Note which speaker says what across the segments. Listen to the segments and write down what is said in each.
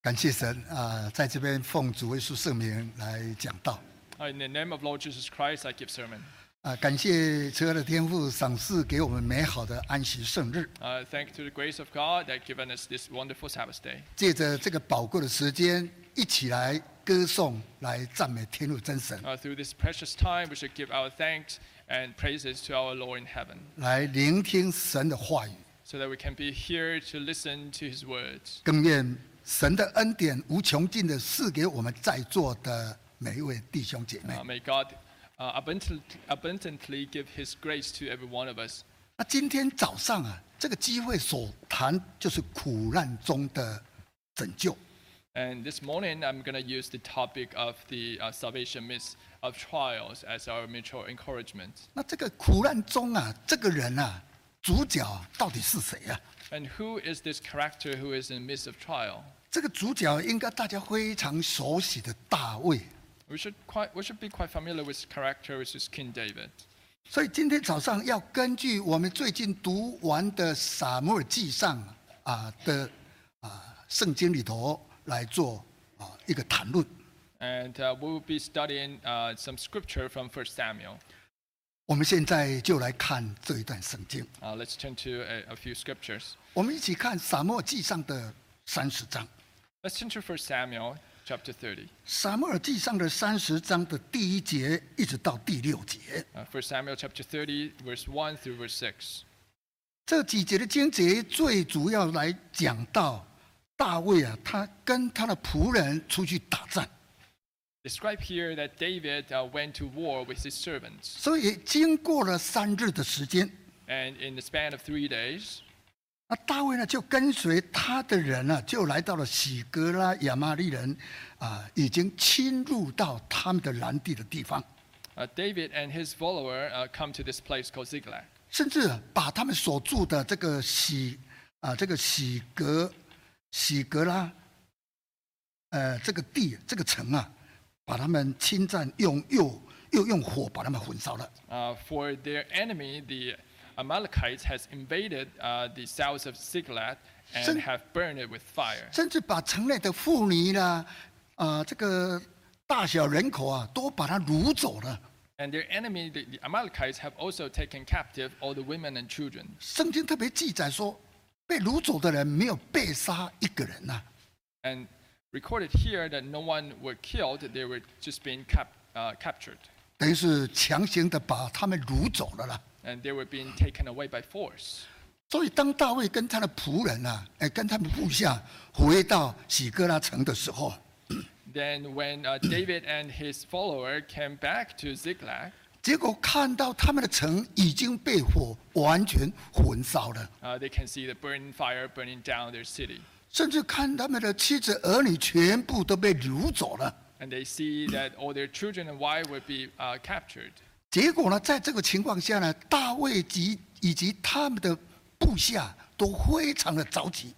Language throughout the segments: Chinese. Speaker 1: 感谢神啊、在这边奉主耶稣圣名来讲道
Speaker 2: Uh, In the name of Lord Jesus Christ, I give sermon.
Speaker 1: 啊、感谢慈爱的天父赏赐给我们美好的安息圣日，
Speaker 2: Uh, thank to the grace of God that given us this wonderful Sabbath day.
Speaker 1: 借着这个宝贵的时间，一起来歌颂、来赞美天父真神，
Speaker 2: Uh, through this precious time, we should give our thanks and praises to our Lord in heaven,
Speaker 1: 来聆听神的话语，
Speaker 2: so that we can be here to listen to His words.
Speaker 1: 更愿神的恩典无穷尽的赐给我们在座的每一位弟兄姐妹
Speaker 2: Uh,。may God uh, abundant, abundantly give His grace to every one of us.
Speaker 1: 那今天早上啊，这个机会所谈就是苦难中的拯救。
Speaker 2: And this morning, I'm going to use the topic of the uh, salvation midst of trials as our mutual encouragement.
Speaker 1: 那这个苦难中啊，这个人啊，主角到底是谁啊？
Speaker 2: And who is this character who is in the midst of trial?
Speaker 1: 这个主角应该大家非常熟悉的大卫。
Speaker 2: We should quite we should be quite familiar with his character, which is King David.
Speaker 1: 所以今天早上要根据我们最近读完的《撒母耳记上》啊的啊圣经里头来做啊一个谈论。
Speaker 2: And uh, we will be studying uh, some scripture from 1 Samuel.
Speaker 1: 我们现在就来看这一段圣经，
Speaker 2: Uh, let's turn to a, a few scriptures.
Speaker 1: 我们一起看《撒母耳记上》的三十章。
Speaker 2: Let's turn to 1 Samuel chapter 30.
Speaker 1: 撒母耳记上的三十章的第一节一直到第六节，
Speaker 2: Uh, 1 Samuel chapter 30, verse 1 through verse 6.
Speaker 1: 这几节的经节最主要来讲到大卫啊，他跟他的仆人出去打仗，
Speaker 2: Describe here that David uh, went to war with his servants,
Speaker 1: 所以经过了三日的时间，
Speaker 2: and in the span of three days,
Speaker 1: 那大卫呢就跟随他的人啊，就来到了喜格拉亚玛利人啊，已经侵入到他们的蓝地的地方，
Speaker 2: uh, David and his follower uh, come to this place called Ziklag,
Speaker 1: 甚至啊把他们所住的这个喜啊这个喜格喜格拉，呃这个地这个城啊，把他们侵占，用又又用火把他们焚烧了。
Speaker 2: uh, for their enemy, the Amalekites, has invaded uh, the south of Ziklag
Speaker 1: Sen-
Speaker 2: and have burned it with fire.
Speaker 1: 甚至把城内的妇女啦，啊、这个大小人口啊，都把它掳走了。
Speaker 2: And their enemy, the, the Amalekites, have also taken captive all the women and children.
Speaker 1: 圣经特别记载说，被掳走的人没有被杀一个人啊呐、
Speaker 2: And recorded here that no one were killed, they were just being cap- uh, captured.
Speaker 1: 等于是强行的把他们掳走了啦。
Speaker 2: And they were being taken away by force.
Speaker 1: 所以，当大卫跟他的仆人啊，哎，跟他们部下回到喜哥拉城的时候，啊
Speaker 2: Then, when uh, David and his follower came back to Ziklag,
Speaker 1: 结果看到他们的城已经被火完全焚烧了，
Speaker 2: uh, they can see the burning fire burning down their city.
Speaker 1: 甚至看他们的妻子儿女全部都被掳走了。
Speaker 2: And they see that all their children and wife would be uh, captured.
Speaker 1: 结果呢，在这个情况下呢，大卫及以及他们的部下都非常的着急。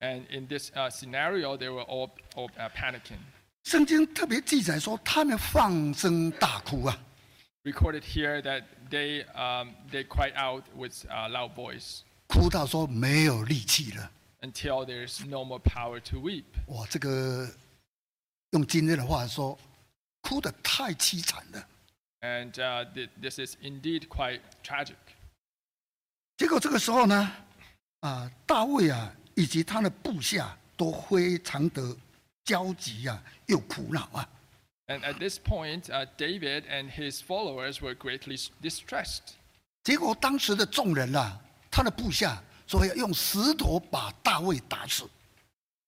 Speaker 2: And in this uh, scenario, they were all, all uh, panicking.
Speaker 1: 圣经特别记载说，他们放声大哭啊，
Speaker 2: recorded here that they um, they cried out with a loud voice
Speaker 1: 哭到说没有力气了。
Speaker 2: until there's no more power to weep.
Speaker 1: 我这个用今天的话说，哭得太凄惨了。
Speaker 2: And uh, th- this is indeed quite tragic.
Speaker 1: 结果这个时候呢，啊，大卫啊以及他的部下都非常的焦急啊，又苦恼啊。
Speaker 2: And at this point, uh, David and his followers were greatly s- distressed.
Speaker 1: 结果当时的众人啊，他的部下说要用石头把大卫打死。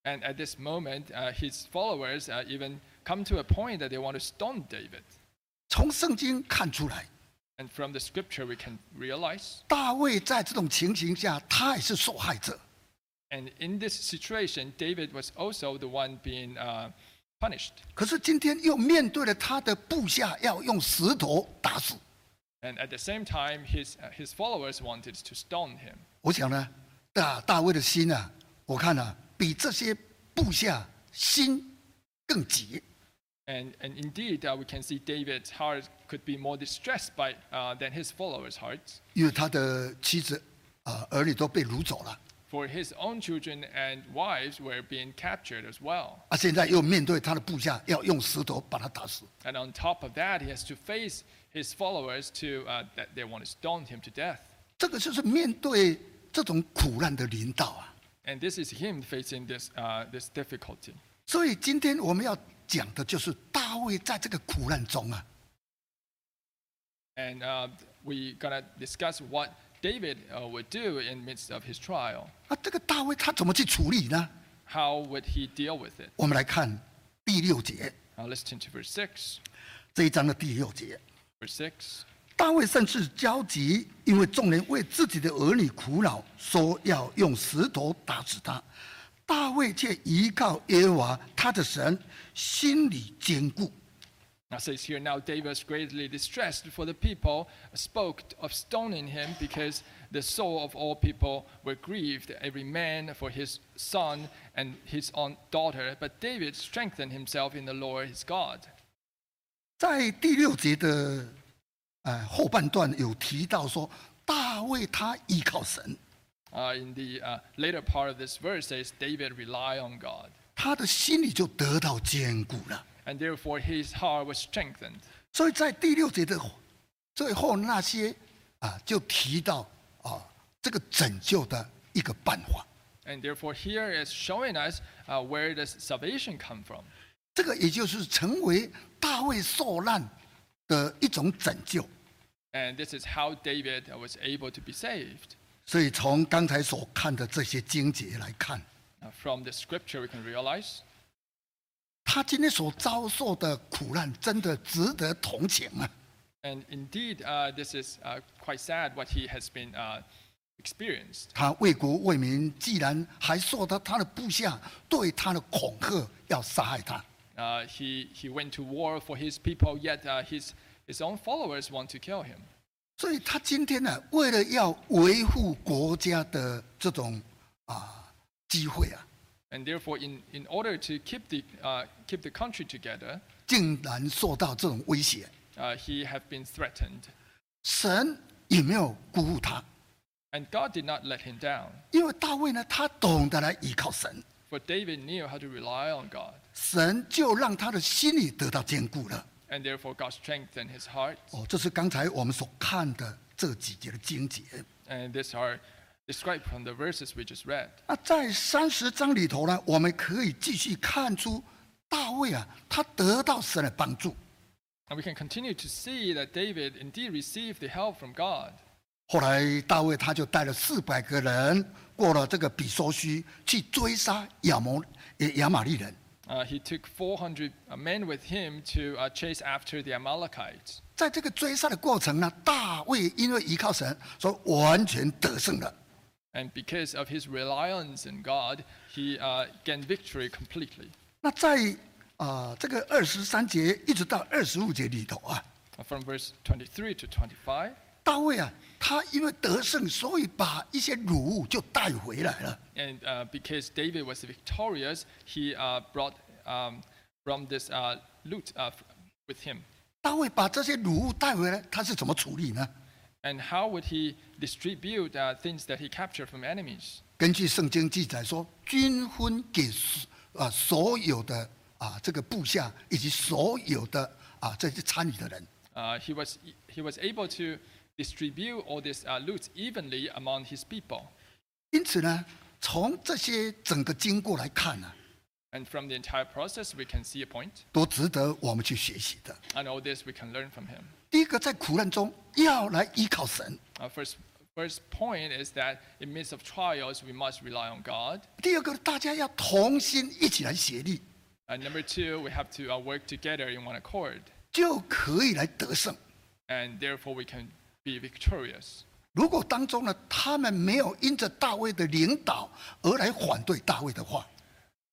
Speaker 2: And at this moment, uh, his followers uh, even come to a point that they want to stone David.
Speaker 1: 从圣经看出来，
Speaker 2: And from the scripture, we can realize.
Speaker 1: 大卫在这种情形下，他也是受害者。
Speaker 2: And in this situation, David was also the one being uh, punished.
Speaker 1: 可是今天又面对了他的部下要用石头打死。
Speaker 2: And at the same time, his, uh, his followers wanted to stone him.
Speaker 1: 我想呢，大大卫的心啊，我看啊，比这些部下心更急。
Speaker 2: And, and indeed, uh, we can see David's heart could be more distressed by, uh, than his followers' hearts,
Speaker 1: 因为他的妻子啊、呃儿女都被掳走了，
Speaker 2: for his own children and wives were being captured as well.
Speaker 1: 啊，现在又面对他的部下，要用石头把他打死。
Speaker 2: And on top of that, he has to face his followers to uh, that they want to stone him to death.
Speaker 1: 这个就是面对这种苦难的领导啊。
Speaker 2: And this is him facing this uh, this difficulty.
Speaker 1: 所以今天我们要讲的就是大卫在这个苦难中啊，
Speaker 2: And uh, we're gonna discuss what David uh, would do in midst of his trial.
Speaker 1: 啊，这个大卫他怎么去处理呢？
Speaker 2: How would he deal with it?
Speaker 1: 我们来看第六节
Speaker 2: Now listen to verse six.
Speaker 1: 这一章的第六节，
Speaker 2: Verse six.
Speaker 1: 大卫甚是焦急，因为众人为自己的儿女苦恼，说要用石头打死他。大卫却依靠耶和华他的神，心里坚固。
Speaker 2: Now it says here, now David was greatly distressed, for the people spoke of stoning him because the soul of all people were grieved, every man for his son and his own daughter. But David strengthened himself in the Lord his God.
Speaker 1: 在第六节的呃后半段有提到说，大卫他依靠神，
Speaker 2: Uh, in the uh, later part of this verse, says David relied on God,
Speaker 1: 他的心里就得到坚固了。
Speaker 2: and therefore his heart was strengthened.
Speaker 1: 所以在第六节的最后那些啊，就提到啊这个拯救的一个办法。
Speaker 2: And therefore here is showing us uh, where does salvation come from.
Speaker 1: 这个也就是成为大卫受难的一种拯救。
Speaker 2: And this is how David uh, was able to be saved.
Speaker 1: 所以从刚才所看的这些经节来看，
Speaker 2: Uh, from the scripture, we can realize
Speaker 1: 他今天所遭受的苦难真的值得同情啊！
Speaker 2: And indeed, uh, this is uh, quite sad what he has been uh, experienced.
Speaker 1: 他为国为民，既然还受到他的部下对他的恐吓，要杀害他，
Speaker 2: Uh, he, he went to war for his people, yet uh, his, his own followers want to kill him.
Speaker 1: 所以他今天呢、为了要维护国家的这种啊机会啊，
Speaker 2: And therefore, in, in order to keep the, uh, keep the country together,
Speaker 1: 竟然受到这种威胁，
Speaker 2: uh, he have been threatened.
Speaker 1: 神也没有辜负他，
Speaker 2: And God did not let him down,
Speaker 1: 因为大卫呢，他懂得来依靠神，
Speaker 2: for David knew how to rely on God.
Speaker 1: 神就让他的心里得到坚固了。
Speaker 2: And therefore, God strengthened his heart.
Speaker 1: 哦，这是刚才我们所看的这几节的经节。
Speaker 2: And this are described from the verses we just read.
Speaker 1: 那啊在三十章里头呢，我们可以继续看出大卫啊，他得到神的帮助。
Speaker 2: And we can continue to see that David indeed received the help from God.
Speaker 1: 后来大卫他就带了四百个人过了这个比索须，去追杀亚摩呃亚玛利人。
Speaker 2: Uh, he took 400 men with him to uh, chase after the Amalekites.
Speaker 1: 在这个追杀的过程呢，大卫因为依靠神，所以完全得胜了。
Speaker 2: And because of his reliance in God, he uh, gained victory completely.
Speaker 1: 那在啊、这个二十三节一直到二十五节里头啊，
Speaker 2: Uh, From verse 23 to 25,
Speaker 1: 大卫啊，他因为得胜，所以把一些乳物就带回来了。
Speaker 2: and uh, because David was victorious, he uh, brought um, from this uh, loot uh, f- with him.
Speaker 1: 大卫把这些乳物带回来，他是怎么处理呢？
Speaker 2: And how would he distribute uh, things that he captured from enemies?
Speaker 1: 根据圣经记载说，均分给所啊所有的啊这个部下以及所有的啊这些参与的人。
Speaker 2: Uh, he, was, he was able to distribute all this uh, loot evenly among his people.
Speaker 1: 因此呢，从这些整个经过来看呢、
Speaker 2: And from the entire process, we can see a point,
Speaker 1: 都值得我们去学习的。
Speaker 2: and all this we can learn from him.
Speaker 1: 第一个，在苦难中要来依靠神；
Speaker 2: Our first, first point is that in midst of trials, we must rely on God.
Speaker 1: 第二个，大家要同心一起来协力，
Speaker 2: And number two, we have to uh, work together in one accord,
Speaker 1: 就可以来得胜。
Speaker 2: and therefore we can be victorious.
Speaker 1: 如果当中呢，他们没有因着大卫的领导而来反对大卫的话，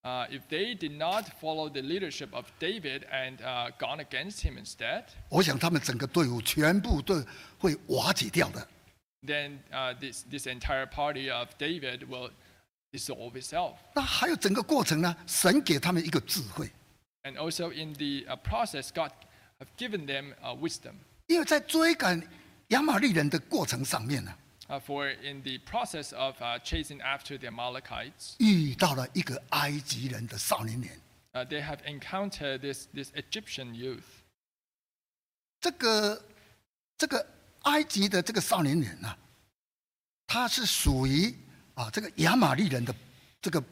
Speaker 2: Uh, if they did not follow the leadership of David and uh, gone against him instead,
Speaker 1: 我想他们整个队伍全部都会瓦解掉的。
Speaker 2: then uh, this, this entire party of David will dissolve itself.
Speaker 1: 那还有整个过程呢，神给他们一个智慧，
Speaker 2: And also in the uh, process, God have given them uh, wisdom.
Speaker 1: 因为在追赶亚玛利人的过程上面呢，
Speaker 2: Uh, uh, for in the process of uh, chasing after the Amalekites,
Speaker 1: 遇到了一个埃及人的少年人。
Speaker 2: uh, they have encountered this, this Egyptian youth.
Speaker 1: 这个这个埃及的这个少年人啊，他是属于啊这个亚玛利人的这个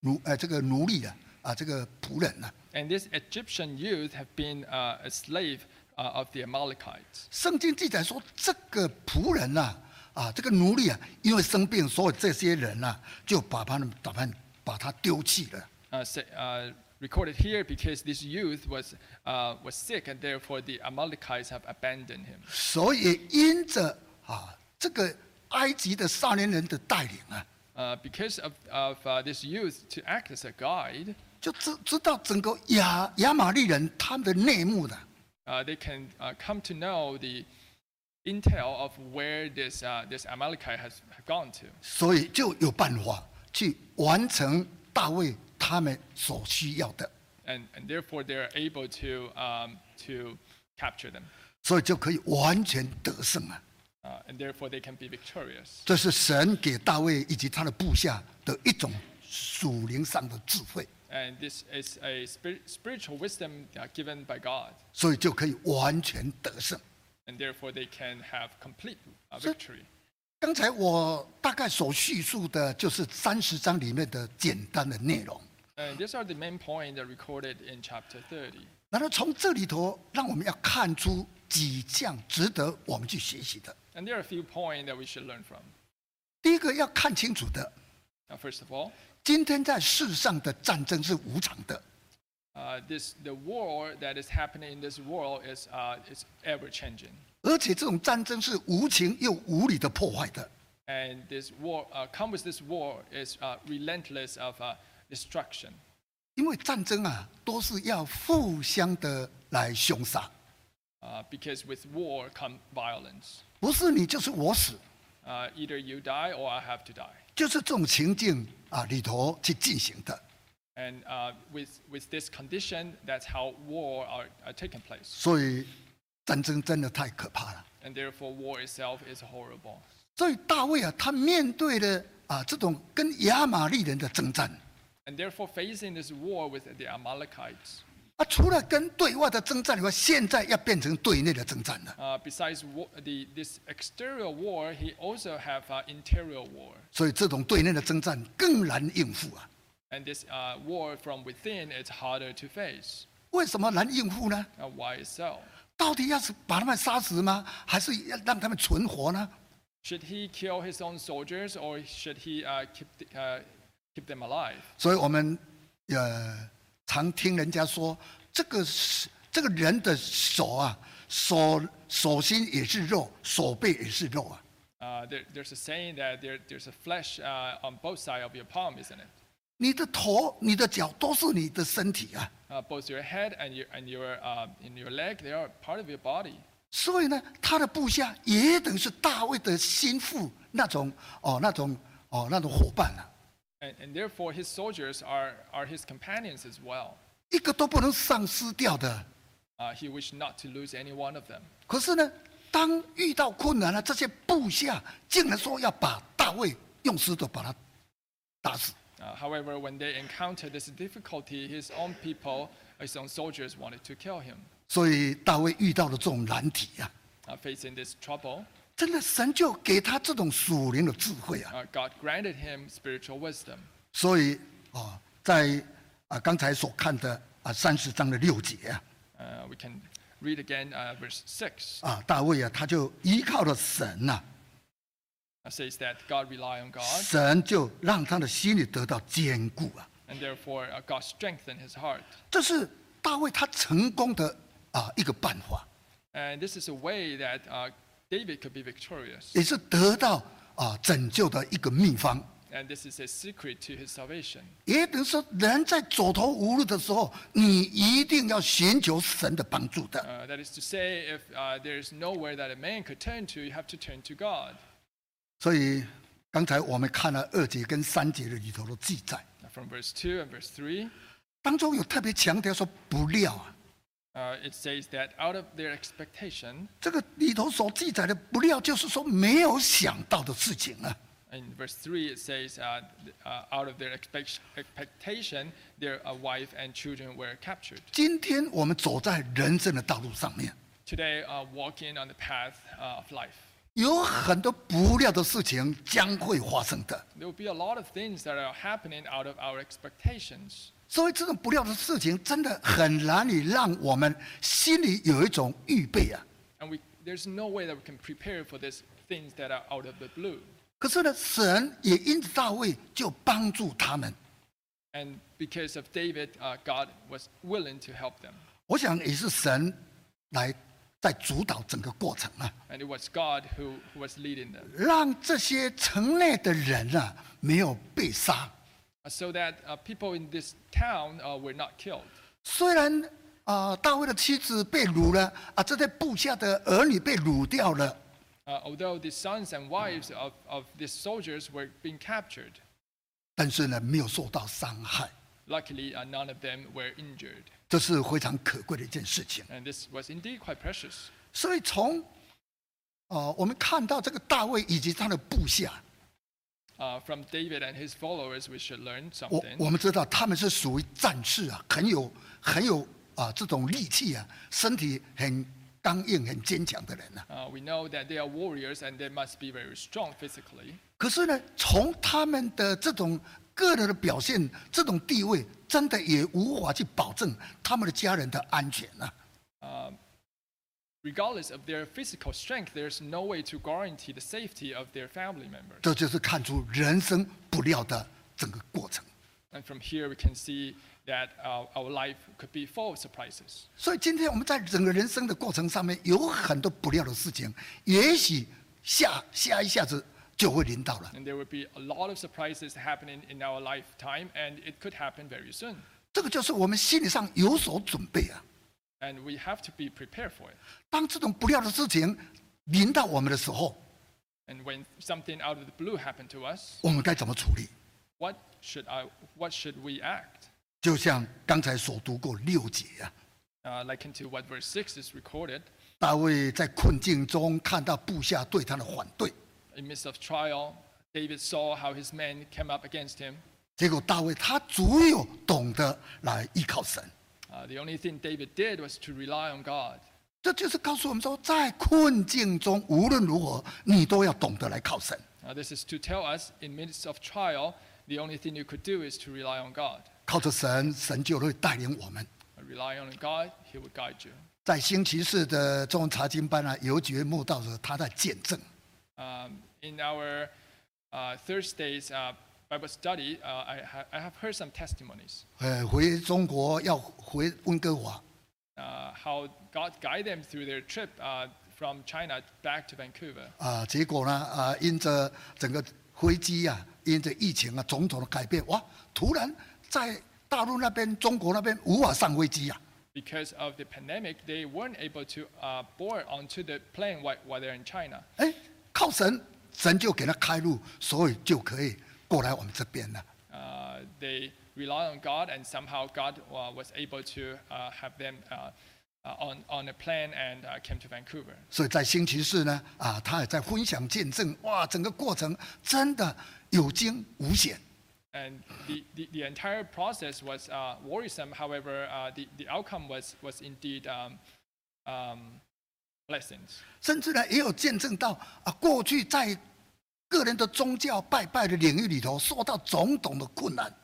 Speaker 1: 奴呃这个奴隶啊啊这个仆人啊。
Speaker 2: And this Egyptian youth have been uh, a slave uh, of the Amalekites.
Speaker 1: 圣经记载说，这个仆人呐、啊，这个奴隶啊，因为生病，所以这些人呐、就把他们打扮把他丢弃了。
Speaker 2: Uh, sa- uh, recorded here because this youth was, uh, was sick and therefore the Amalekites have abandoned him.
Speaker 1: 所以也因着啊这个埃及的少年人的带领啊，
Speaker 2: Uh, because of, of uh, this youth to act as a guide,
Speaker 1: 就知知道整个亚亚玛利人他们的内幕的。
Speaker 2: uh, they can uh, come to know the intel of where this, uh, this Amalekite has have gone to.
Speaker 1: 所以就有办法去完成大卫他们所需要的，
Speaker 2: And, and therefore, they're able to, um, to capture them.
Speaker 1: 所以就可以完全得胜啊！
Speaker 2: Uh, and therefore, they can be victorious.
Speaker 1: 这是神给大卫以及他的部下的一种属灵上的智慧，
Speaker 2: And this is a spir- spiritual wisdom uh, given by God.
Speaker 1: 所以就可以完全得胜。
Speaker 2: And therefore, they can have complete uh,
Speaker 1: So-
Speaker 2: victory.
Speaker 1: 刚才我大概所叙述的就是三十章里面的简单的内容，
Speaker 2: And Uh, these are the main points that are recorded in chapter 30.
Speaker 1: 然后从这里头让我们要看出几项值得我们去学习的。
Speaker 2: And there are a few points that we should learn from.
Speaker 1: 第一个要看清楚的，
Speaker 2: Now, first of all,
Speaker 1: 今天在世上的战争是无常的。
Speaker 2: uh, this the war that is happening in this world is uh, is ever changing,
Speaker 1: 而且这种战争是无情又无理的破坏的，
Speaker 2: and this war uh, come with this war is uh, relentless of uh, destruction
Speaker 1: 因为战争啊都是要互相的来凶杀，
Speaker 2: uh, because with war come violence.
Speaker 1: 不是你就是我死，
Speaker 2: Uh, either you die or I have to die,
Speaker 1: 就是这种情境啊里头去进行的。
Speaker 2: and uh, with with this condition, that's how war are, are taking place,
Speaker 1: 所以战争真的太可怕了。
Speaker 2: and therefore war itself is horrible.
Speaker 1: 所以大卫啊，他面对的啊这种跟亚玛利人的征战，
Speaker 2: And therefore, facing this war with the Amalekites,
Speaker 1: 啊除了跟对外的征战以外，现在要变成对内的征战了。
Speaker 2: uh, besides wa- the, this exterior war, he also have uh, interior war.
Speaker 1: 所以这种对内的征战更难应付啊。
Speaker 2: And this uh, war from within is harder to face.
Speaker 1: 为什么难应付呢？
Speaker 2: Now, why is so?
Speaker 1: 到底要是把他们杀死吗？还是要让他们存活呢？
Speaker 2: Should he kill his own soldiers or should he uh, keep, the, uh, keep them alive?
Speaker 1: 所以我们呃常听人家说，这个是这个人的手啊，手手心也是肉，手背也是肉啊。
Speaker 2: Uh, there, there's a saying that there, there's a flesh uh, on both sides of your palm, isn't it?
Speaker 1: 你的头、你的脚都是你的身体啊。
Speaker 2: Uh, both your head and your, and your, uh, in your leg, they are part of your body.
Speaker 1: 所以呢，他的部下也等于是大卫的心腹那种哦，那种哦，那种伙伴啊，
Speaker 2: And, and therefore, his soldiers are, are his companions as well.
Speaker 1: 一个都不能丧失掉的。
Speaker 2: Uh, he wished not to lose any one of them.
Speaker 1: 可是呢，当遇到困难了，这些部下竟然说要把大卫用石头把他打死。
Speaker 2: Uh, however, when they encountered this difficulty, his own people, his own soldiers wanted to kill him.
Speaker 1: 所以大卫遇到了这种难题啊，
Speaker 2: Uh, facing this trouble,
Speaker 1: 真的神就给他这种属灵的智慧啊。
Speaker 2: uh, God granted him spiritual wisdom.
Speaker 1: 所以啊、哦在啊刚才所看的啊三十章的六节啊，
Speaker 2: Uh, we can read again uh, verse 6.
Speaker 1: 啊大卫啊他就依靠了神啊呐、
Speaker 2: It Uh, says that God relied on God,
Speaker 1: 神就让他的心里得到坚固啊。
Speaker 2: and therefore uh, God strengthened his heart.
Speaker 1: 这是大卫他成功的啊一个办法，
Speaker 2: And this is a way that uh, David could be victorious.
Speaker 1: 也是得到啊拯救的一个秘方。
Speaker 2: And this is a secret to his salvation.
Speaker 1: 也等于说，人在走投无路的时候，你一定要寻求神的帮助的。
Speaker 2: Uh, that is to say, if uh, there is nowhere that a man could turn to, you have to turn to God.
Speaker 1: 所以刚才我们看了二节跟三节的里头的记载，
Speaker 2: Now, From verse 2 and verse 3.
Speaker 1: 当中有特别强调说不料啊，
Speaker 2: Uh, it says that out of their expectation,
Speaker 1: 这个里头所记载的不料，就是说没有想到的事情啊。
Speaker 2: in verse 3, it says, uh, th- uh, out of their expect- expectation, their uh, wife and children were captured.
Speaker 1: 今天我们走在人生的道路上面，
Speaker 2: Today, uh, walking on the path uh, of life,
Speaker 1: 有很多不料的事情将会发生的。
Speaker 2: there will be a lot of things that are happening out of our expectations.
Speaker 1: 所以这种不料的事情，真的很难以让我们心里有一种预备啊。
Speaker 2: And we, there's no way that we can prepare for these things that are out of the blue.
Speaker 1: 可是呢，神也因着大卫就帮助他们。
Speaker 2: And because of David, uh, God was willing to help them.
Speaker 1: 我想也是神来在主导整个过程啊，
Speaker 2: And it was God who, who was leading them.
Speaker 1: 让这些城内的人啊没有被杀。
Speaker 2: Uh, So that uh, people in this town uh, were not killed.
Speaker 1: 虽然啊、呃大卫的妻子被掳了啊，这些部下的儿女被掳掉了，
Speaker 2: Uh, although the sons and wives of, of these soldiers were being captured,
Speaker 1: 但是呢没有受到伤害，
Speaker 2: luckily uh, none of them were injured.
Speaker 1: 这是非常可贵的一件事情。
Speaker 2: And this was indeed quite precious.
Speaker 1: 所以从啊、呃我们看到这个大卫以及他的部下，
Speaker 2: Uh, from David and his followers, we should learn
Speaker 1: 我
Speaker 2: something.
Speaker 1: 我们知道他们是属于战士啊，很有很有啊、这种力气啊，身体很刚硬、很坚强的人啊。
Speaker 2: Uh, we know that they are warriors and they must be very strong physically.
Speaker 1: 可是呢，从他们的这种个人的表现、这种地位，真的也无法去保证他们的家人的安全啊。
Speaker 2: Um, regardless of their physical strength, there's no way to guarantee the safety of their family members.
Speaker 1: 这就是看出人生不料的整个过程。
Speaker 2: And from here, we can see that uh, our life could be full of surprises.
Speaker 1: 所以今天我们在整个人生的过程上面，有很多不料的事情，也许下下一下子就会临到了。
Speaker 2: And there will be a lot of surprises happening in our lifetime, and it could happen very soon.
Speaker 1: 这个就是我们心理上有所准备啊。
Speaker 2: And we have to be prepared for it.
Speaker 1: 当这种不料的事情临到我们的时候，
Speaker 2: And when something out of the blue happened to us,
Speaker 1: 我们该怎么处理？
Speaker 2: what should, I, what should we act?
Speaker 1: 就像刚才所读过六节啊，
Speaker 2: Uh, like into what verse 6 is recorded.
Speaker 1: 大卫在困境中看到部下对他的反对，
Speaker 2: In midst of trial, David saw how his men came up against him.
Speaker 1: 结果大卫他只有懂得来依靠神，
Speaker 2: Uh, the only thing David did was to rely on God.
Speaker 1: 这就是告诉我们说，在困境中无论如何你都要懂得来靠神，
Speaker 2: Uh, this is to tell us, in midst of trial, the only thing you could do is to rely on God.
Speaker 1: 靠着神，神就会带领我们。
Speaker 2: Uh, Rely on God, He will guide you.
Speaker 1: 在星期四的中文查经班啊，有几位慕道者他在见证，
Speaker 2: Um, in our uh, Thursday's uh, Bible study, uh, I, ha- I have heard some testimonies
Speaker 1: 呃，回中国要回温哥华，
Speaker 2: uh, how God guided them through their trip uh, from China back to Vancouver.
Speaker 1: 啊，结果呢，啊，因着整个飞机啊，因着疫情啊，种种的改变，哇，突然在大陆那边、中国那边无法上飞机啊，
Speaker 2: Because of the pandemic, they weren't able to uh, board onto the plane while, while they're in China.
Speaker 1: 哎，靠神，神就给他开路，所以就可以过来我们这边了。
Speaker 2: uh, they rely on God, and somehow God uh, was able to uh, have them uh, uh, on, on a plane and uh, came to Vancouver.
Speaker 1: 所以在星期四呢，啊，他也在分享见证，哇，整个过程真的有惊无险。
Speaker 2: And the, the, the entire process was uh, worrisome. However, uh, the, the outcome was, was indeed um, um, blessings.
Speaker 1: 甚至呢，也有见证到啊，过去在个人的宗教拜拜的领域里头，受到种种的困难。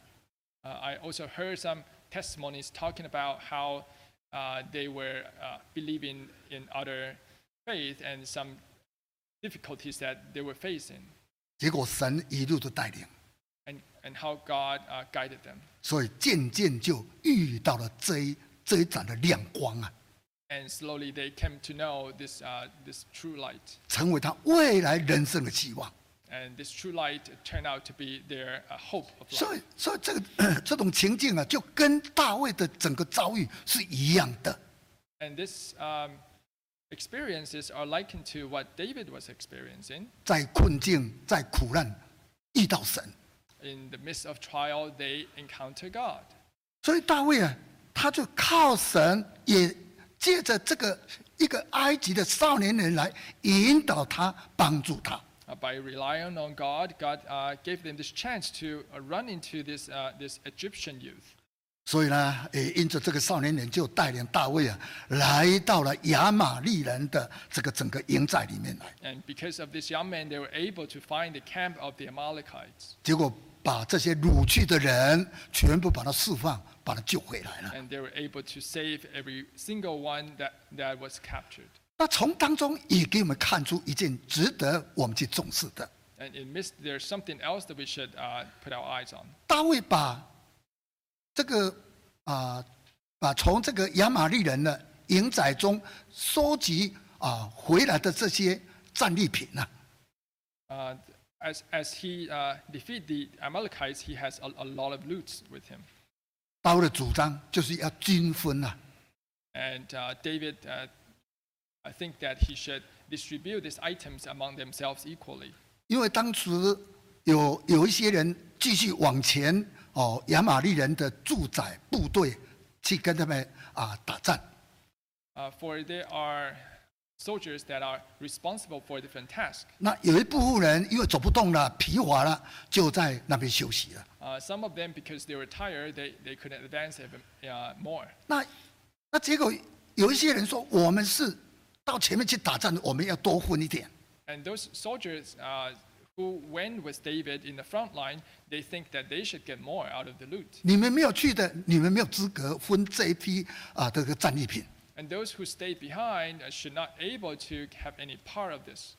Speaker 2: Uh, I also heard some testimonies talking about how uh, they were uh, believing in other faith and some difficulties that they were facing,
Speaker 1: 结果神一路的带领，
Speaker 2: and, and how God uh, guided them.
Speaker 1: 所以渐渐就遇到了这一这一盏的亮光啊，
Speaker 2: and slowly they came to know this, uh, this true light.
Speaker 1: 成为他未来人生的希望。
Speaker 2: And this true light turned out to be their uh, hope of life.
Speaker 1: 所以，所以这个 这种情境啊，就跟大卫的整个遭遇是一样的。
Speaker 2: and these um, experiences are likened to what David was experiencing.
Speaker 1: 在困境、在苦难遇到神，
Speaker 2: In the midst of trial, they encounter God.
Speaker 1: 所以大卫啊，他就靠神也借着这个一个埃及的少年人来引导他、帮助他。
Speaker 2: Uh, by relying on God, God uh, gave them this chance to uh, run into this, uh, this Egyptian youth.
Speaker 1: 所以呢，也因着这个少年人就带领大卫啊，来到了亚玛利人的这个整个营寨里面来，
Speaker 2: And because of this young man, they were able to find the camp of the Amalekites.
Speaker 1: 结果把这些掳去的人全部把他释放，把他救回来了。
Speaker 2: And they were able to save every single one that, that was captured.
Speaker 1: 那从当中也给我们看出一件值得我们去重视的：
Speaker 2: And in midst, there's something else that we should uh, put our eyes on.
Speaker 1: 大卫把这个啊、把从这个亚玛利人的营寨中收集啊、回来的这些战利品啊呢、
Speaker 2: Uh, as, as he uh, defeat the Amalekites, he has a, a lot of loot with him.
Speaker 1: 大卫的主张就是要均分啊。
Speaker 2: And uh, David, uh, I think that he should distribute these items among themselves equally.
Speaker 1: 因为当时有有一些人继续往前哦，亚玛利人的驻宰部队去跟他们啊打仗，
Speaker 2: Uh, for there are soldiers that are responsible for different tasks.
Speaker 1: 那有一部分人因为走不动了、疲乏了，就在那边休息了。
Speaker 2: Uh, some of them, because they were tired, they, they couldn't advance even, uh, more.
Speaker 1: 那那结果有一些人说，我们是到前面去打仗的，我们要多分一点。
Speaker 2: And those soldiers uh, who went with David in the front line, they think that they should get more out of the loot.
Speaker 1: 你们没有去的，你们没有资格分这一批啊这个战利品。
Speaker 2: And those who stayed behind uh, should not able to have any part of this.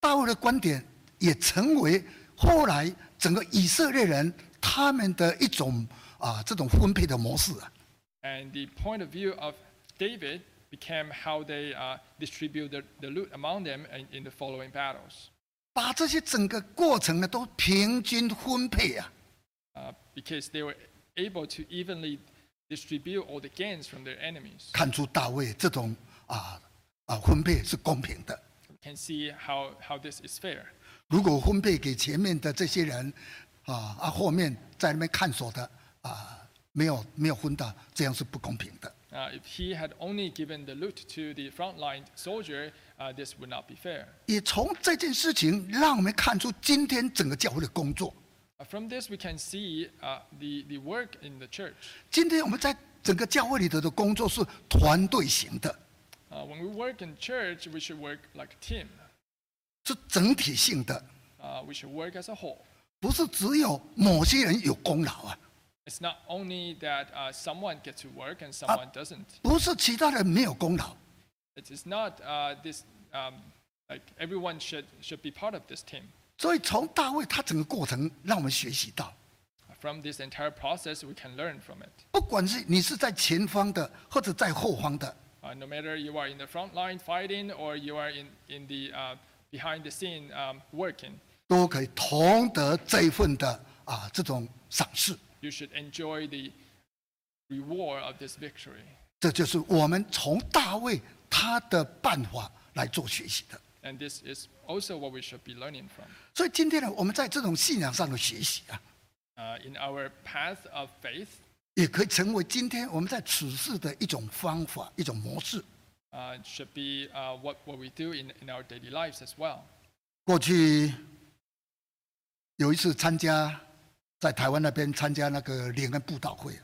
Speaker 1: 大卫的观点也成为后来整个以色列人他们的一种啊这种分配的模式啊。
Speaker 2: And the point of view of David became how they uh, distributed the loot among them in, in the following battles.
Speaker 1: 把这些整个过程呢都平均分配啊。
Speaker 2: uh, because they were able to evenly distribute all the gains from their enemies.
Speaker 1: 看出大卫这种啊啊分配是公平的。
Speaker 2: You can see how, how this is fair.
Speaker 1: 如果分配给前面的这些人啊啊，后面在那边看守的啊没有没有分到，这样是不公平的。
Speaker 2: Uh, if he had only given the loot to the frontline soldier, uh, this would not be fair.
Speaker 1: 也从这件事情让我们看出今天整个教会的工作。
Speaker 2: Uh, from this, we can see uh, the, the work in the church.
Speaker 1: 今天我们在整个教会里头的工作是团队型的，
Speaker 2: Uh, when we work in church, we should work like a team.
Speaker 1: 是整体性的，
Speaker 2: Uh, we should work as a whole.
Speaker 1: 不是只有某些人有功劳啊，
Speaker 2: It's not only that uh, someone gets to work and someone doesn't.
Speaker 1: 不是其他人没有功劳。
Speaker 2: It is not uh, this, um, like everyone should, should be part of this team.
Speaker 1: 所以从大卫他整个过程，让我们学习到，
Speaker 2: From this entire process, we can learn from it.
Speaker 1: 不管是你是在前方的，或者在后方的，
Speaker 2: Uh, no matter you are in the front line fighting or you are in, in the uh, behind the scene um, working,
Speaker 1: 都可以同得这一份的啊这种赏识。
Speaker 2: you should enjoy the reward of this victory.
Speaker 1: 这就是我们从大卫他的办法来做学习的。
Speaker 2: And this is also what we should be learning from.
Speaker 1: 所以今天呢，我们在这种信仰上的学习啊，
Speaker 2: Uh, in our path of faith,
Speaker 1: 也可以成为今天我们在处事的一种方法、一种模式。
Speaker 2: uh, it should be uh, what, what we do in, in our daily lives as well.
Speaker 1: 过去有一次参加在台湾那边参加那个联恩布道会，啊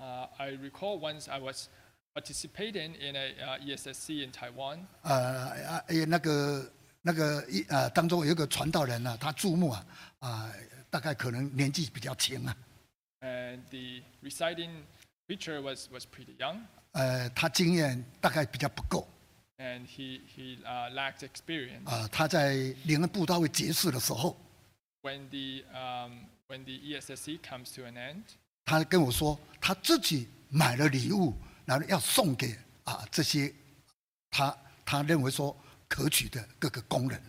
Speaker 2: Uh, I recall once I was participating in a uh, ESSC in Taiwan,
Speaker 1: 呃，啊也那个那个一呃，当中有一个传道人呢、啊，他注目啊啊、大概可能年纪比较轻啊，
Speaker 2: and the reciting preacher was, was pretty young.
Speaker 1: 呃，他经验大概比较不够
Speaker 2: and he, he uh, lacked experience.
Speaker 1: 啊、他在联恩布道会结束的时候，
Speaker 2: When the, um, when the ESSC comes to an end,
Speaker 1: 他跟我说他自己买了礼物，然后要送给啊这些他他认为说可取的各个工人。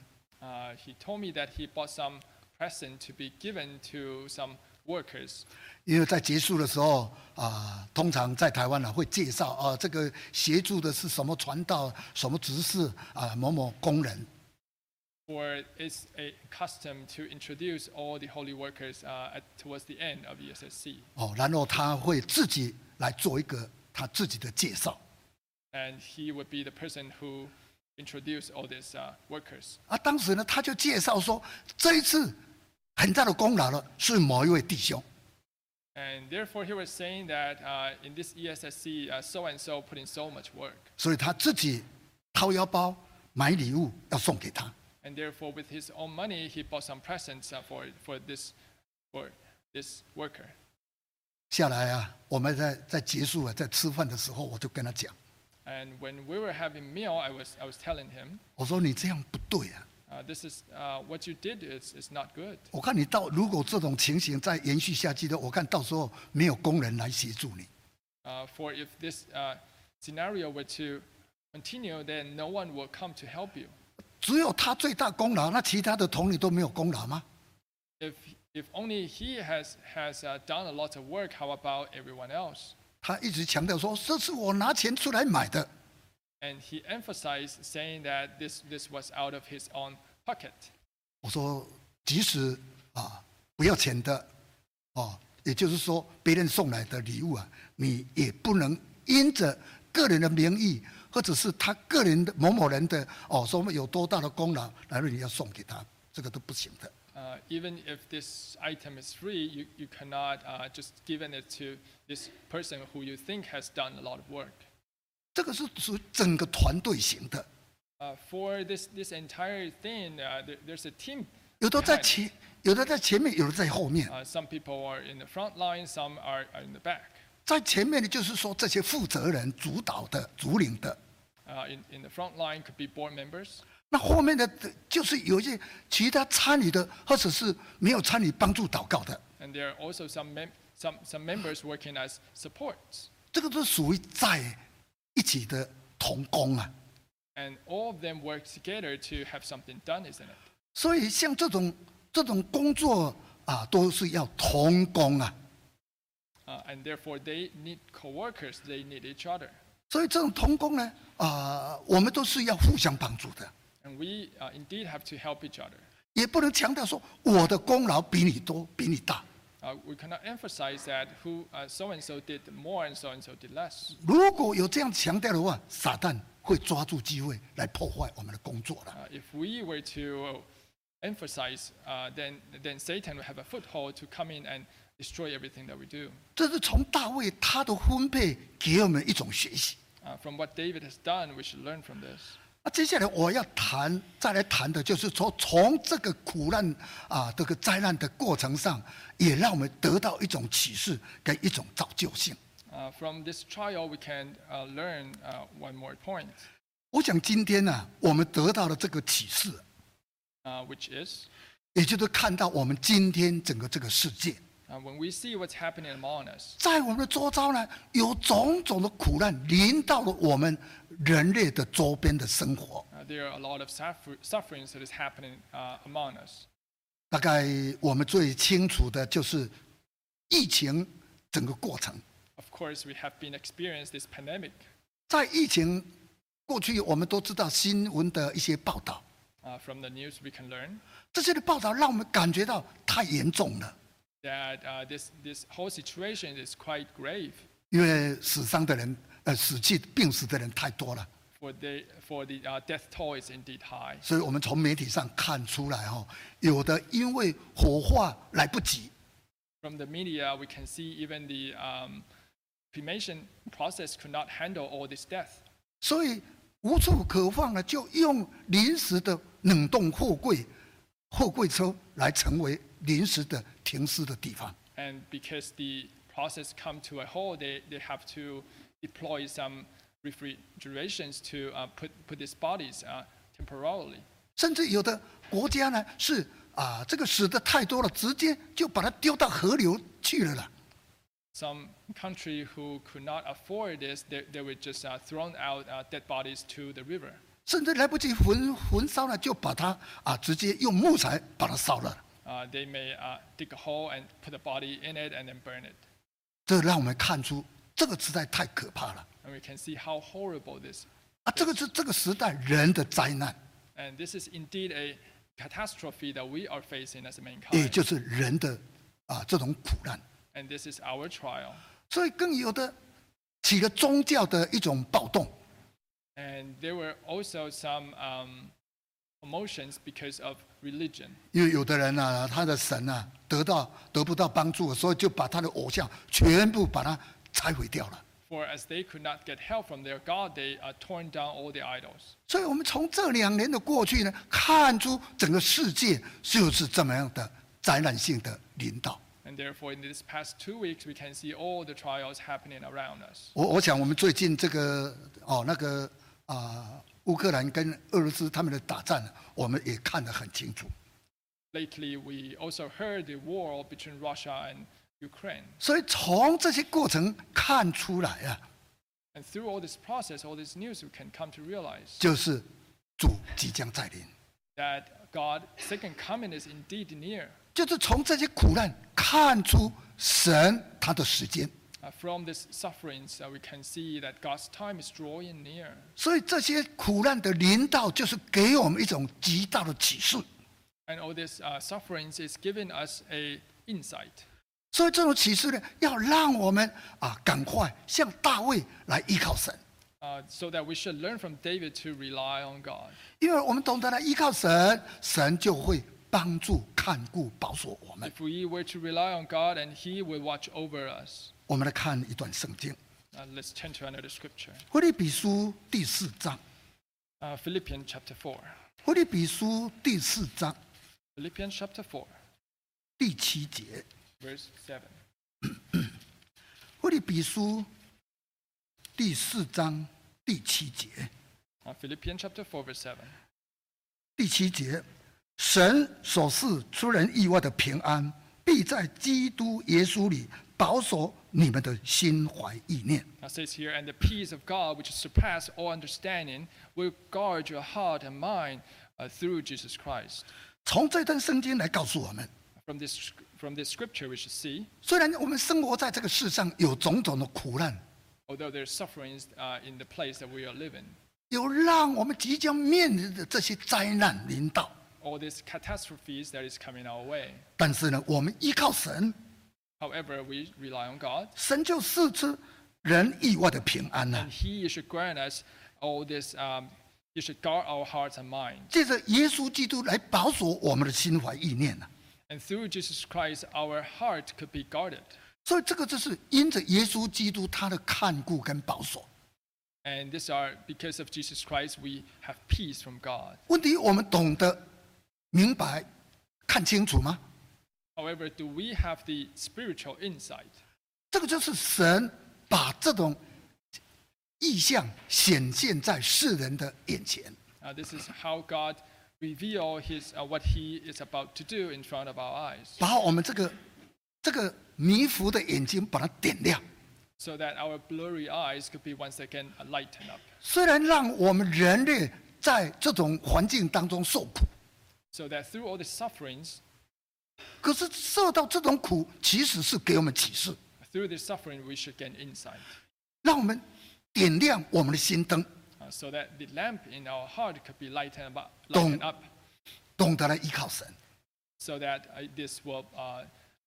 Speaker 2: uh, he told me that he bought some present to be given to some workers.
Speaker 1: 因为在结束的时候啊、通常在台湾呢、会介绍啊、这个协助的是什么传道、什么执事啊、某某工人。
Speaker 2: For it's a custom to introduce all the holy workers uh, at, towards the end E of ESSC.
Speaker 1: 哦，然后他会自己来做一个他自己的介绍。
Speaker 2: and he would be the person who introduced all these uh, workers.
Speaker 1: 啊，当时呢，他就介绍说，这一次很大的功劳呢是某一位弟兄。
Speaker 2: And therefore, he was saying that uh, in this ESSC, uh, so and so put in so much work.
Speaker 1: 所以他自己掏腰包买礼物要送给他。
Speaker 2: And therefore, with his own money, he bought some presents uh, for, for, this, for this worker.
Speaker 1: 下来啊，我们在在结束啊，在吃饭的时候，我就跟他讲，
Speaker 2: And when we were having meal, I was, I was telling him,
Speaker 1: 我说你这样不对啊，
Speaker 2: uh, this is uh, what you did is, is not good.
Speaker 1: 我看你到如果这种情形再延续下去的，我看到时候没有工人来协助你。
Speaker 2: Uh, for if this uh, scenario were to continue, then no one will come to help you.
Speaker 1: 只有他最大功劳，那其他的同理都没有功劳吗？
Speaker 2: If, if only he has, has uh, done a lot of work, how about everyone else?
Speaker 1: 他一直强调说这是我拿钱出来买的，
Speaker 2: And he emphasized saying that this, this was out of his own pocket.
Speaker 1: 我说，即使啊不要钱的，哦，也就是说别人送来的礼物啊，你也不能因着个人的名义，或者是他个人的某某人的哦，说我们有多大的功劳，然后你要送给他，这个都不行的。
Speaker 2: Uh, even if this item is free, you, you cannot uh, just give it to this person who you think has done a lot of work.
Speaker 1: 这个是属于整个团队型的，
Speaker 2: Uh, for this, this entire thing, uh, there, there's a team.
Speaker 1: 有的在
Speaker 2: behind.
Speaker 1: 前，有的在前面，有的在后面。
Speaker 2: Uh, some people are in the front line, some are, are in the back.
Speaker 1: 在前面的就是说这些负责人、主导的、主领的，
Speaker 2: Uh, in, in the front line could be board members,
Speaker 1: 那后面的就是有一些其他参与的，或者是没有参与帮助祷告的。
Speaker 2: and there are also some, mem- some, some members working as supports.
Speaker 1: 这个都属于在一起的同工啊。
Speaker 2: And all of them work together to have something done, isn't it?
Speaker 1: 所以像这种这种工作啊，都是要同工啊。
Speaker 2: Uh, and therefore, they need co workers, they need each other.
Speaker 1: 所以这种同工呢，啊，我们都是要互相帮助的，
Speaker 2: And we uh, indeed have to help each other.
Speaker 1: 也不能强调说我的功劳比你多，比你大。
Speaker 2: Uh, we cannot emphasize that who so and so did more and so and so did less.
Speaker 1: 如果有这样强调的话，撒旦会抓住机会来破坏我们的工作了。
Speaker 2: Uh, if we were to uh, emphasize, uh, then, then Satan will have a foothold to come in and destroy everything that we do.
Speaker 1: 这是从大卫他的分配给我们一种学习。
Speaker 2: Uh, from what David has done, we should learn from this.
Speaker 1: 那接下来我要谈，再来谈的就是说，从这个苦难啊，这个灾难的过程上，也让我们得到一种启示跟一种造就性。
Speaker 2: Uh, from this trial, we can uh, learn uh, one more point,
Speaker 1: 我想今天呢、我们得到了这个启示，
Speaker 2: uh, which is
Speaker 1: 也就是看到我们今天整个这个世界，
Speaker 2: uh, when we see what's happening among us,
Speaker 1: 在我们的周遭呢，有种种的苦难临到了我们人类的周边的生活。
Speaker 2: uh, there are a lot of suffer- sufferings that is happening uh, among us.
Speaker 1: 大概我们最清楚的就是疫情整个过程。
Speaker 2: Of course, we have been experienced this pandemic.
Speaker 1: 在疫情过去，我们都知道新闻的一些报道，
Speaker 2: Uh, from the news, we can learn
Speaker 1: 这些的报道让我们感觉到太严重了，
Speaker 2: that uh, this, this whole situation is quite grave
Speaker 1: 因为死伤的人、呃死去病死的人太多了，
Speaker 2: for the, for the uh, death toll is indeed high.
Speaker 1: 所以我们从媒体上看出来哦，有的因为火化来不及，
Speaker 2: From the media, we can see even the um, cremation process could not handle all this death.
Speaker 1: 所以无处可放了，就用临时的冷冻货柜、货柜车来成为临时的停尸的地方。
Speaker 2: And because the process come to a halt, they, they have to deploy some refrigerations to uh, put, put these bodies uh, temporarily.
Speaker 1: 甚至有的国家呢是啊，这个死的太多了，直接就把它丢到河流去了啦。
Speaker 2: Some country who could not afford this, they, they were just uh, thrown out uh, dead bodies to the river.
Speaker 1: 甚至来不及焚焚烧了，就把它啊直接用木材把它烧了。
Speaker 2: Uh, they may uh, dig a hole and put a body in it and then burn it.
Speaker 1: 这让我们看出这个实在太可怕了
Speaker 2: And we can see how horrible this.
Speaker 1: 啊！这个是这个时代人的灾难，
Speaker 2: And this is indeed a catastrophe that we are facing as a
Speaker 1: 也
Speaker 2: mankind.
Speaker 1: 就是人的啊这种苦难。
Speaker 2: And this is our trial.
Speaker 1: 所以更有的起了宗教的一种暴动，
Speaker 2: And there were also some um, commotions because of religion.
Speaker 1: 因为有的人啊，他的神啊得到得不到帮助，所以就把他的偶像全部把它拆毁掉了。
Speaker 2: For as they could not get help from their God, they uh, torn down all the idols.
Speaker 1: 所以，我们从这两年的过去呢，看出整个世界就是这么样的灾难性的领导。
Speaker 2: And therefore, in these past two weeks, we can see all the trials happening around us.
Speaker 1: 我我想，我们最近这个哦那个啊、乌克兰跟俄罗斯他们的打战，我们也看得很清楚。
Speaker 2: Lately, we also heard the war between Russia and Ukraine.
Speaker 1: 所以从这些过程看出来啊，
Speaker 2: And through all this process, all this news, we can come to realize
Speaker 1: 就是主即将再临，
Speaker 2: that God's second coming is indeed near.
Speaker 1: 就是从这些苦难看出神他的时间。
Speaker 2: Uh, from these sufferings, uh, we can see that God's time is drawing near.
Speaker 1: 所以这些苦难的临到，就是给我们一种极大的启示。
Speaker 2: And all these uh, sufferings is giving us a insight.
Speaker 1: 所以这种启示呢，要让我们啊，赶快像大卫来依靠神，
Speaker 2: uh, so that we should learn from David to rely on God.
Speaker 1: 因为我们懂得来依靠神，神就会帮助、看顾、保守我们。
Speaker 2: If we were to rely on God and He will watch over us.
Speaker 1: 我们来看一段圣经，《
Speaker 2: Uh, let's turn to another scripture.
Speaker 1: 腓立比书》第四章，《
Speaker 2: Uh, Philippians chapter 4.
Speaker 1: 腓立比书》第四章
Speaker 2: Philippians chapter 4,
Speaker 1: 第七节，
Speaker 2: verse 7.
Speaker 1: 《腓立比书》第四章第七节。
Speaker 2: Uh, Philippians chapter 4, verse 7.
Speaker 1: 第七节，神所赐出人意外的平安，必在基督耶稣里保守你们的心怀意念。
Speaker 2: Now it Uh, says here, and the peace of God, which surpasses all understanding, will guard your heart and mind uh, through Jesus Christ.
Speaker 1: 从这段圣经来告诉我们，
Speaker 2: From this, sc- from this scripture, we should see,
Speaker 1: 虽然我们生活在这个世上有种种的苦难，
Speaker 2: although there are sufferings uh, in the place that we are living,
Speaker 1: 有让我们即将面临的这些灾难临到，
Speaker 2: all these catastrophes that is coming our way.
Speaker 1: 但是呢，我们依靠神，
Speaker 2: However, we rely on God,
Speaker 1: 神就赐出人意外的平安呢、
Speaker 2: and He should grant us all this. Um, he should guard our hearts and mind,
Speaker 1: 借着耶稣基督来保守我们的心怀意念啊呢、
Speaker 2: and through Jesus Christ, our heart could be guarded.
Speaker 1: 所以这个就是因着耶稣基督他的看顾跟保守。
Speaker 2: And these are because of Jesus Christ, we have peace from God.
Speaker 1: 问题我们懂得明白、看清楚吗？
Speaker 2: However, do we have the spiritual insight?
Speaker 1: 这个就是神把这种意象显现在世人的眼前。
Speaker 2: Uh, this is how God reveal His uh, what He is about to do in front of our eyes,
Speaker 1: 把我们这个这个迷糊的眼睛把它点亮。
Speaker 2: so that our blurry eyes could be once again lightened up,
Speaker 1: 虽然让我们人类在这种环境当中受苦，
Speaker 2: so that through all the sufferings,
Speaker 1: 可是受到这种苦其实是给我们启示，
Speaker 2: through the suffering, we should gain insight,
Speaker 1: 让我们点亮我们的心灯，
Speaker 2: uh, so that the lamp in our heart could be lightened up,
Speaker 1: Don't-
Speaker 2: lightened up
Speaker 1: 懂得来依靠神。
Speaker 2: so that uh, this will uh,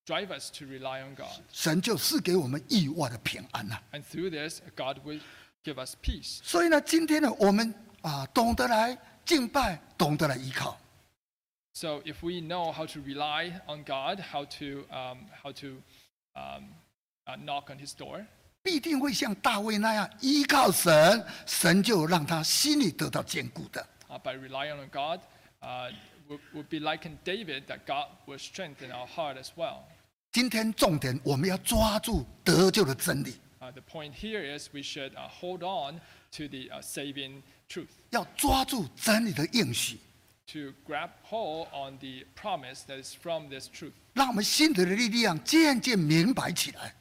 Speaker 2: drive us to rely on God.
Speaker 1: 神就赐给我们意外的平安呐、
Speaker 2: And through this, God will give us peace.
Speaker 1: 所以呢，今天呢，我们啊，懂得来敬拜，懂得来依靠，
Speaker 2: So if we know how to rely on God, how to um, how to um, uh, knock on His door,
Speaker 1: 必定会像大卫那样依靠神，神就让他心里得到坚固的。
Speaker 2: uh, by relying on God, uh, will, will be likened David that God will strengthen our heart as well.
Speaker 1: 今天重点我们要抓住得救的真理，
Speaker 2: Uh, the point here is we should uh, hold on to the uh, saving truth,
Speaker 1: 要抓住真理的应许，
Speaker 2: to grab hold on the promise that is from this truth,
Speaker 1: 让我们心里的力量渐渐明白起来。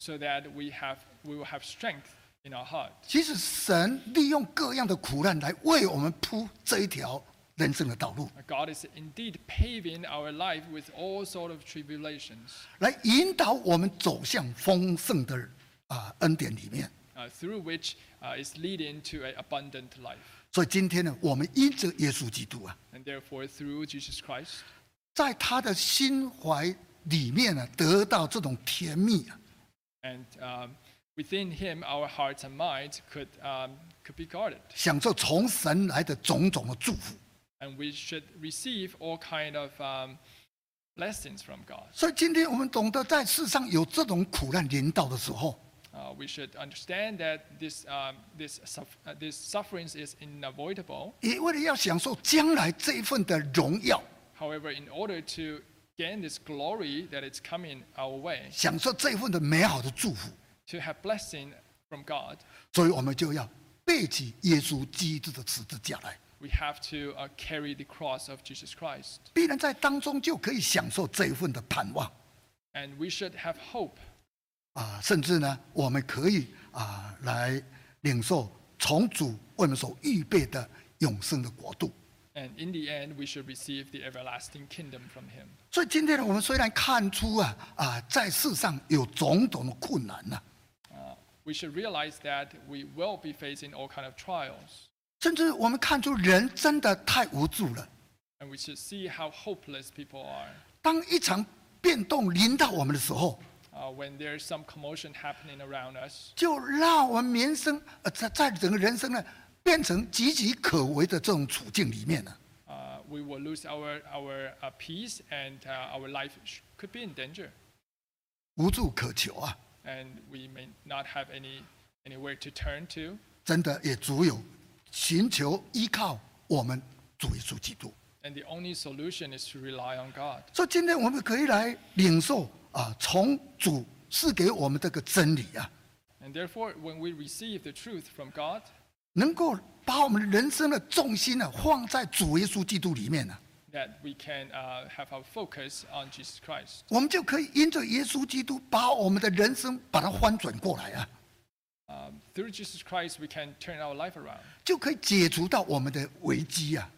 Speaker 2: so that we have we will have strength in our heart.
Speaker 1: 其实神利用各样的苦难来为我们铺这一条人生的道路，
Speaker 2: God is indeed paving our life with all sort of tribulations.
Speaker 1: 来引导我们走向丰盛的啊、恩典里面。
Speaker 2: uh, through which uh, is leading to an abundant life.
Speaker 1: 所以今天呢，我们因着耶稣基督啊，
Speaker 2: And therefore, through Jesus Christ,
Speaker 1: 在他的心怀里面呢、得到这种甜蜜啊，
Speaker 2: and um, Within him, our hearts and minds could, um, could be guarded,
Speaker 1: 享受从神来的种种的祝福。
Speaker 2: and we should receive all kind of um, blessings from God.
Speaker 1: 所以今天我们懂得在世上有这种苦难临到的时候，
Speaker 2: Uh, we should understand that this, um, this, suff- uh, this sufferings is unavoidable.
Speaker 1: 也为了要享受将来这一份的荣耀，
Speaker 2: However, in order to gain this glory that is coming our way,
Speaker 1: 享受这一份的美好的祝福，
Speaker 2: to have blessing from God,
Speaker 1: 所以我们就要背起耶稣基督的十字架来，
Speaker 2: we have to uh, carry the cross of Jesus Christ.
Speaker 1: 必然在当中就可以享受这一份的盼望
Speaker 2: And we should have hope.
Speaker 1: 啊，甚至呢，我们可以啊来领受从主为我们所预备的永生的国度。
Speaker 2: And in the end, we should receive the everlasting kingdom from Him.
Speaker 1: 所以今天呢，我们虽然看出啊啊，在世上有种种的困难呐、
Speaker 2: Uh, we should realize that we will be facing all kind of trials.
Speaker 1: 甚至我们看出人真的太无助了。
Speaker 2: And we should see how hopeless people are.
Speaker 1: 当一场变动临到我们的时候，
Speaker 2: Uh, when there's some commotion happening around us,
Speaker 1: 就让我们民生呃，在在整个人生呢，变成岌岌可危的这种处境里面呢，
Speaker 2: uh, we will lose our, our uh, peace and uh, our life sh- could be in danger.
Speaker 1: 无助可求啊！
Speaker 2: And we may not have any, anywhere to turn to.
Speaker 1: 真的也只有寻求依靠我们主耶稣基督。
Speaker 2: And the only solution is to rely on God.
Speaker 1: 所以今天我们可以来领受啊、从主赐给我们这个真理啊，
Speaker 2: And therefore, when we receive the truth from God,
Speaker 1: 能够把我们人生的重心呢、放在主耶稣基督里面呢、啊
Speaker 2: that we can uh, have our focus on Jesus Christ.
Speaker 1: 我们就可以因着耶稣基督，把我们的人生把它翻转过来啊，
Speaker 2: Um, through Jesus Christ, we can turn our life around
Speaker 1: 就可以解除到我们的危机啊，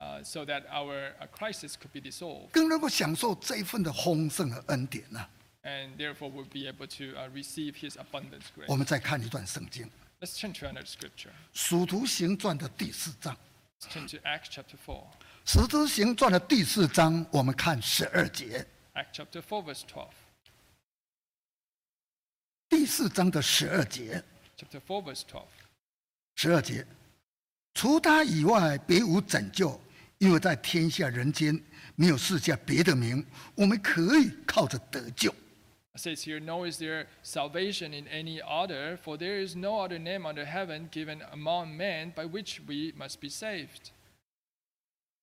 Speaker 2: uh, so that our uh, crisis could be dissolved.
Speaker 1: 更能够享受这一份的丰盛和恩典啊。
Speaker 2: And therefore, we'll be able to uh, receive His abundance grace.
Speaker 1: 我们再看一段圣经，《
Speaker 2: Let's turn to another scripture.
Speaker 1: 使徒行传》的第四章，《
Speaker 2: Let's turn to Acts chapter 4.
Speaker 1: 使徒行传》的第四章，我们看十二节，
Speaker 2: Acts chapter 4, verse 12.
Speaker 1: 第四章的十二节，
Speaker 2: Chapter 4, verse 12.
Speaker 1: 十二节，除他以外，别无拯救，因为在天下人间没有赐下别的名，我们可以靠着得救。
Speaker 2: It says here, Nor is there salvation in any other, for there is no other name under heaven given among men by which we must be saved.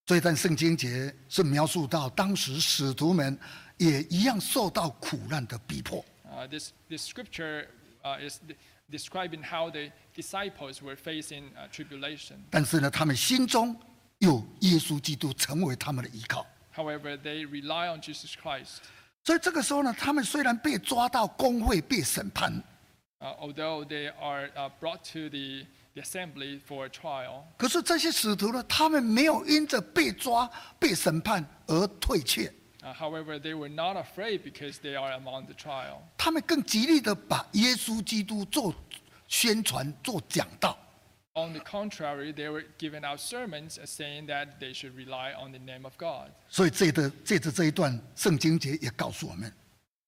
Speaker 1: 这段圣经节是描述到当时使徒们也一样受到苦难的逼迫，
Speaker 2: Uh, this, this scripture uh, is de- describing how the disciples were facing uh, tribulation.
Speaker 1: 但是呢，他们心中有耶稣基督成为他们的依靠。
Speaker 2: However, they rely on Jesus Christ.
Speaker 1: 所以这个时候呢，他们虽然被抓到工会被审判，
Speaker 2: Uh, although they are uh, brought to the, the assembly for a trial,
Speaker 1: 可是这些使徒呢，他们没有因着被抓、被审判而退却，
Speaker 2: uh, however, they were not afraid because they are among the trial.
Speaker 1: 他们更极力的把耶稣基督做宣传、做讲道。
Speaker 2: On the contrary, they were giving out sermons uh, saying that they should rely on the name of God.
Speaker 1: 所以这的这的这一段圣经节也告诉我们，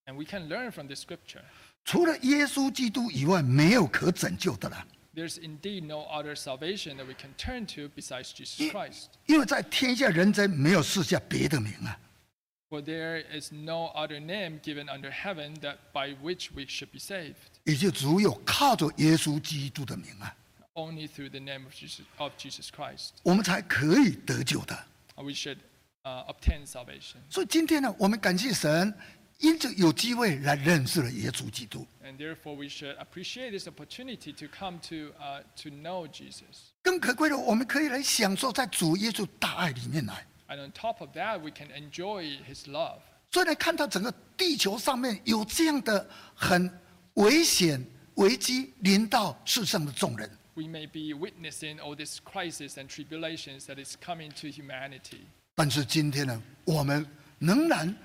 Speaker 2: And we can learn from this scripture.
Speaker 1: 除了耶稣基督以外，没有可拯救的了。
Speaker 2: There's indeed no other salvation that we can turn to besides Jesus
Speaker 1: Yeah.
Speaker 2: Christ.
Speaker 1: 因为在天下人间没有赐下别的名啊，
Speaker 2: For there is no other name given under heaven that by which we should be saved,
Speaker 1: 也就只有靠着耶稣基督的名啊，
Speaker 2: only through the name of Jesus, of Jesus Christ.
Speaker 1: 我们才可以得救的。
Speaker 2: We should uh, obtain salvation.
Speaker 1: 所以今天呢，我们感谢神，因着有机会来认识了耶稣基督，
Speaker 2: And therefore, we should appreciate this opportunity to come to, uh, to know Jesus.
Speaker 1: 更可贵的，我们可以来享受在主耶稣大爱里面来。
Speaker 2: And on top of that, we can enjoy his love.
Speaker 1: 所以呢，看到整个地球上面有这样的很危险危机临到世上的众人，
Speaker 2: We may be witnessing all this crisis and tribulations that is coming to humanity.
Speaker 1: 但是今天呢，我们仍然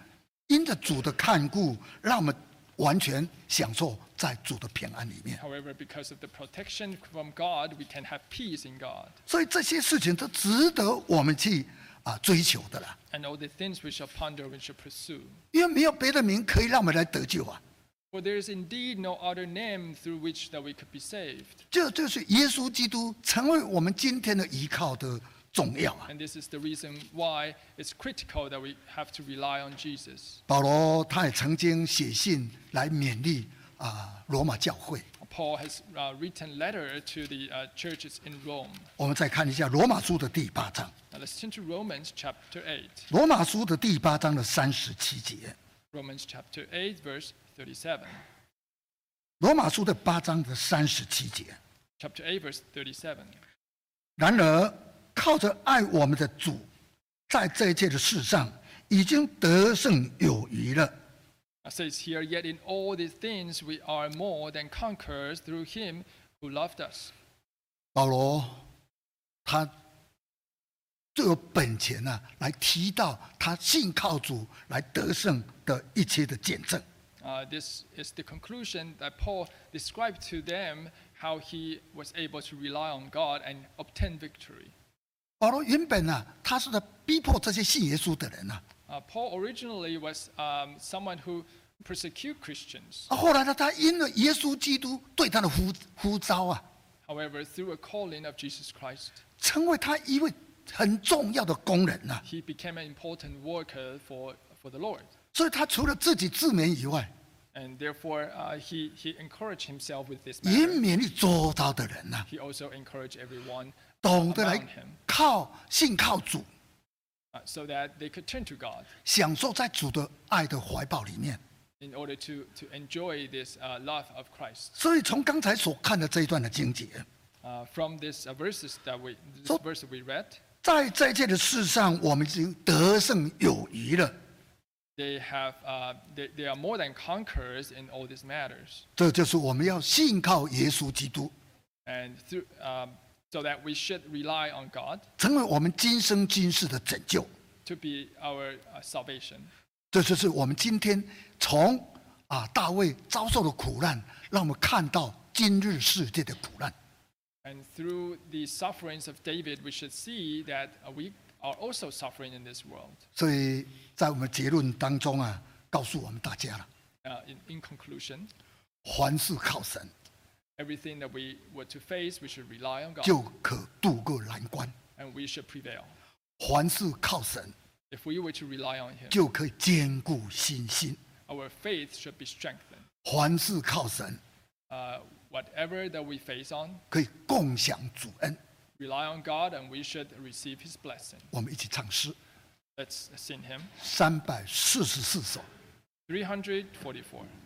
Speaker 1: 因着主的看顾，让我们完全享受在主的平安里面。
Speaker 2: However, because of the protection from God, we can have peace in God.
Speaker 1: 所以这些事情都值得我们去啊追求的啦，
Speaker 2: And all the things we shall ponder, we shall pursue.
Speaker 1: 因为没有别的名可以让我们来得救啊。
Speaker 2: For there is indeed no other name through which that we could be saved.
Speaker 1: 这就是耶稣基督成为我们今天的依靠的重要啊。
Speaker 2: And this is the reason why it's critical that we have to rely on Jesus.
Speaker 1: 保罗他也曾经写信来勉励啊罗马教会。
Speaker 2: Paul has uh, written letter to the uh, churches in Rome.
Speaker 1: 我们再看一下罗马书的第八章，
Speaker 2: Now let's turn to Romans chapter 8.
Speaker 1: 罗马书的第八章的三十七节，
Speaker 2: Romans chapter 8, verse 37.
Speaker 1: 罗马书的八章的三十七节。
Speaker 2: Chapter 8, verse 37.
Speaker 1: 然而，靠着爱我们的主，在这一切的事上已经得胜有余了。
Speaker 2: It says here, Yet in all these things we are more than conquerors through him who loved us.
Speaker 1: 保罗他最有本钱呢、来提到他信靠主来得胜的一切的见证。
Speaker 2: Uh, this is the conclusion that Paul described to them how he was able to rely on God and obtain victory.
Speaker 1: 保罗原本呢、啊他是在逼迫这些信耶稣的人呢、啊
Speaker 2: Uh, Paul originally was um, someone who persecute Christians.
Speaker 1: 啊，后来呢，他因了耶稣基督对他的呼呼召啊，
Speaker 2: However, through a calling of Jesus Christ,
Speaker 1: 成为他一位很重要的工人啊呐、
Speaker 2: he became an important worker for, for the Lord.
Speaker 1: 所以他除了自己自勉以外，
Speaker 2: And therefore, uh, he, he encouraged himself with this
Speaker 1: 也
Speaker 2: matter.
Speaker 1: 勉励周遭的人呐、
Speaker 2: He also encouraged everyone
Speaker 1: 懂
Speaker 2: around
Speaker 1: 得来
Speaker 2: him
Speaker 1: 靠信靠主，
Speaker 2: uh, so that they could turn to God
Speaker 1: 享受在主的爱的怀抱里面。
Speaker 2: in order to, to enjoy this uh, love of Christ.
Speaker 1: 所以从刚才所看的这一段的经节，
Speaker 2: Uh, from this uh, verses that we this
Speaker 1: So-
Speaker 2: verse that we read,
Speaker 1: 在这一切的事上，我们已经得胜有余了。
Speaker 2: they have uh, they, they are more than conquerors in all these matters,
Speaker 1: 这就是我们要信靠耶稣基督，
Speaker 2: and through, um, so that we should rely on God
Speaker 1: 成为我们今生今世的拯救。
Speaker 2: to be our uh, salvation.
Speaker 1: 这就是我们今天从啊大卫遭受的苦难，让我们看到今日世界的苦难。
Speaker 2: And through the sufferings of David, we should see that uh, we are also suffering in this world.
Speaker 1: 所以在我们结论当中啊，告诉我们大家了，
Speaker 2: Uh, in, in conclusion,
Speaker 1: 凡事靠神
Speaker 2: everything that we were to face, we should rely on God,
Speaker 1: 就可渡过难关，
Speaker 2: and we should prevail.
Speaker 1: 凡事靠神
Speaker 2: If we were to rely on Him,
Speaker 1: 就可以坚固信心，
Speaker 2: our faith should be strengthened.
Speaker 1: 凡事靠神
Speaker 2: Uh, whatever that we face on,
Speaker 1: 可以共享主恩。
Speaker 2: rely on God, and we should receive His blessing.
Speaker 1: 我们一起唱诗
Speaker 2: Let's sing Him.
Speaker 1: 三百四十四首。
Speaker 2: 344.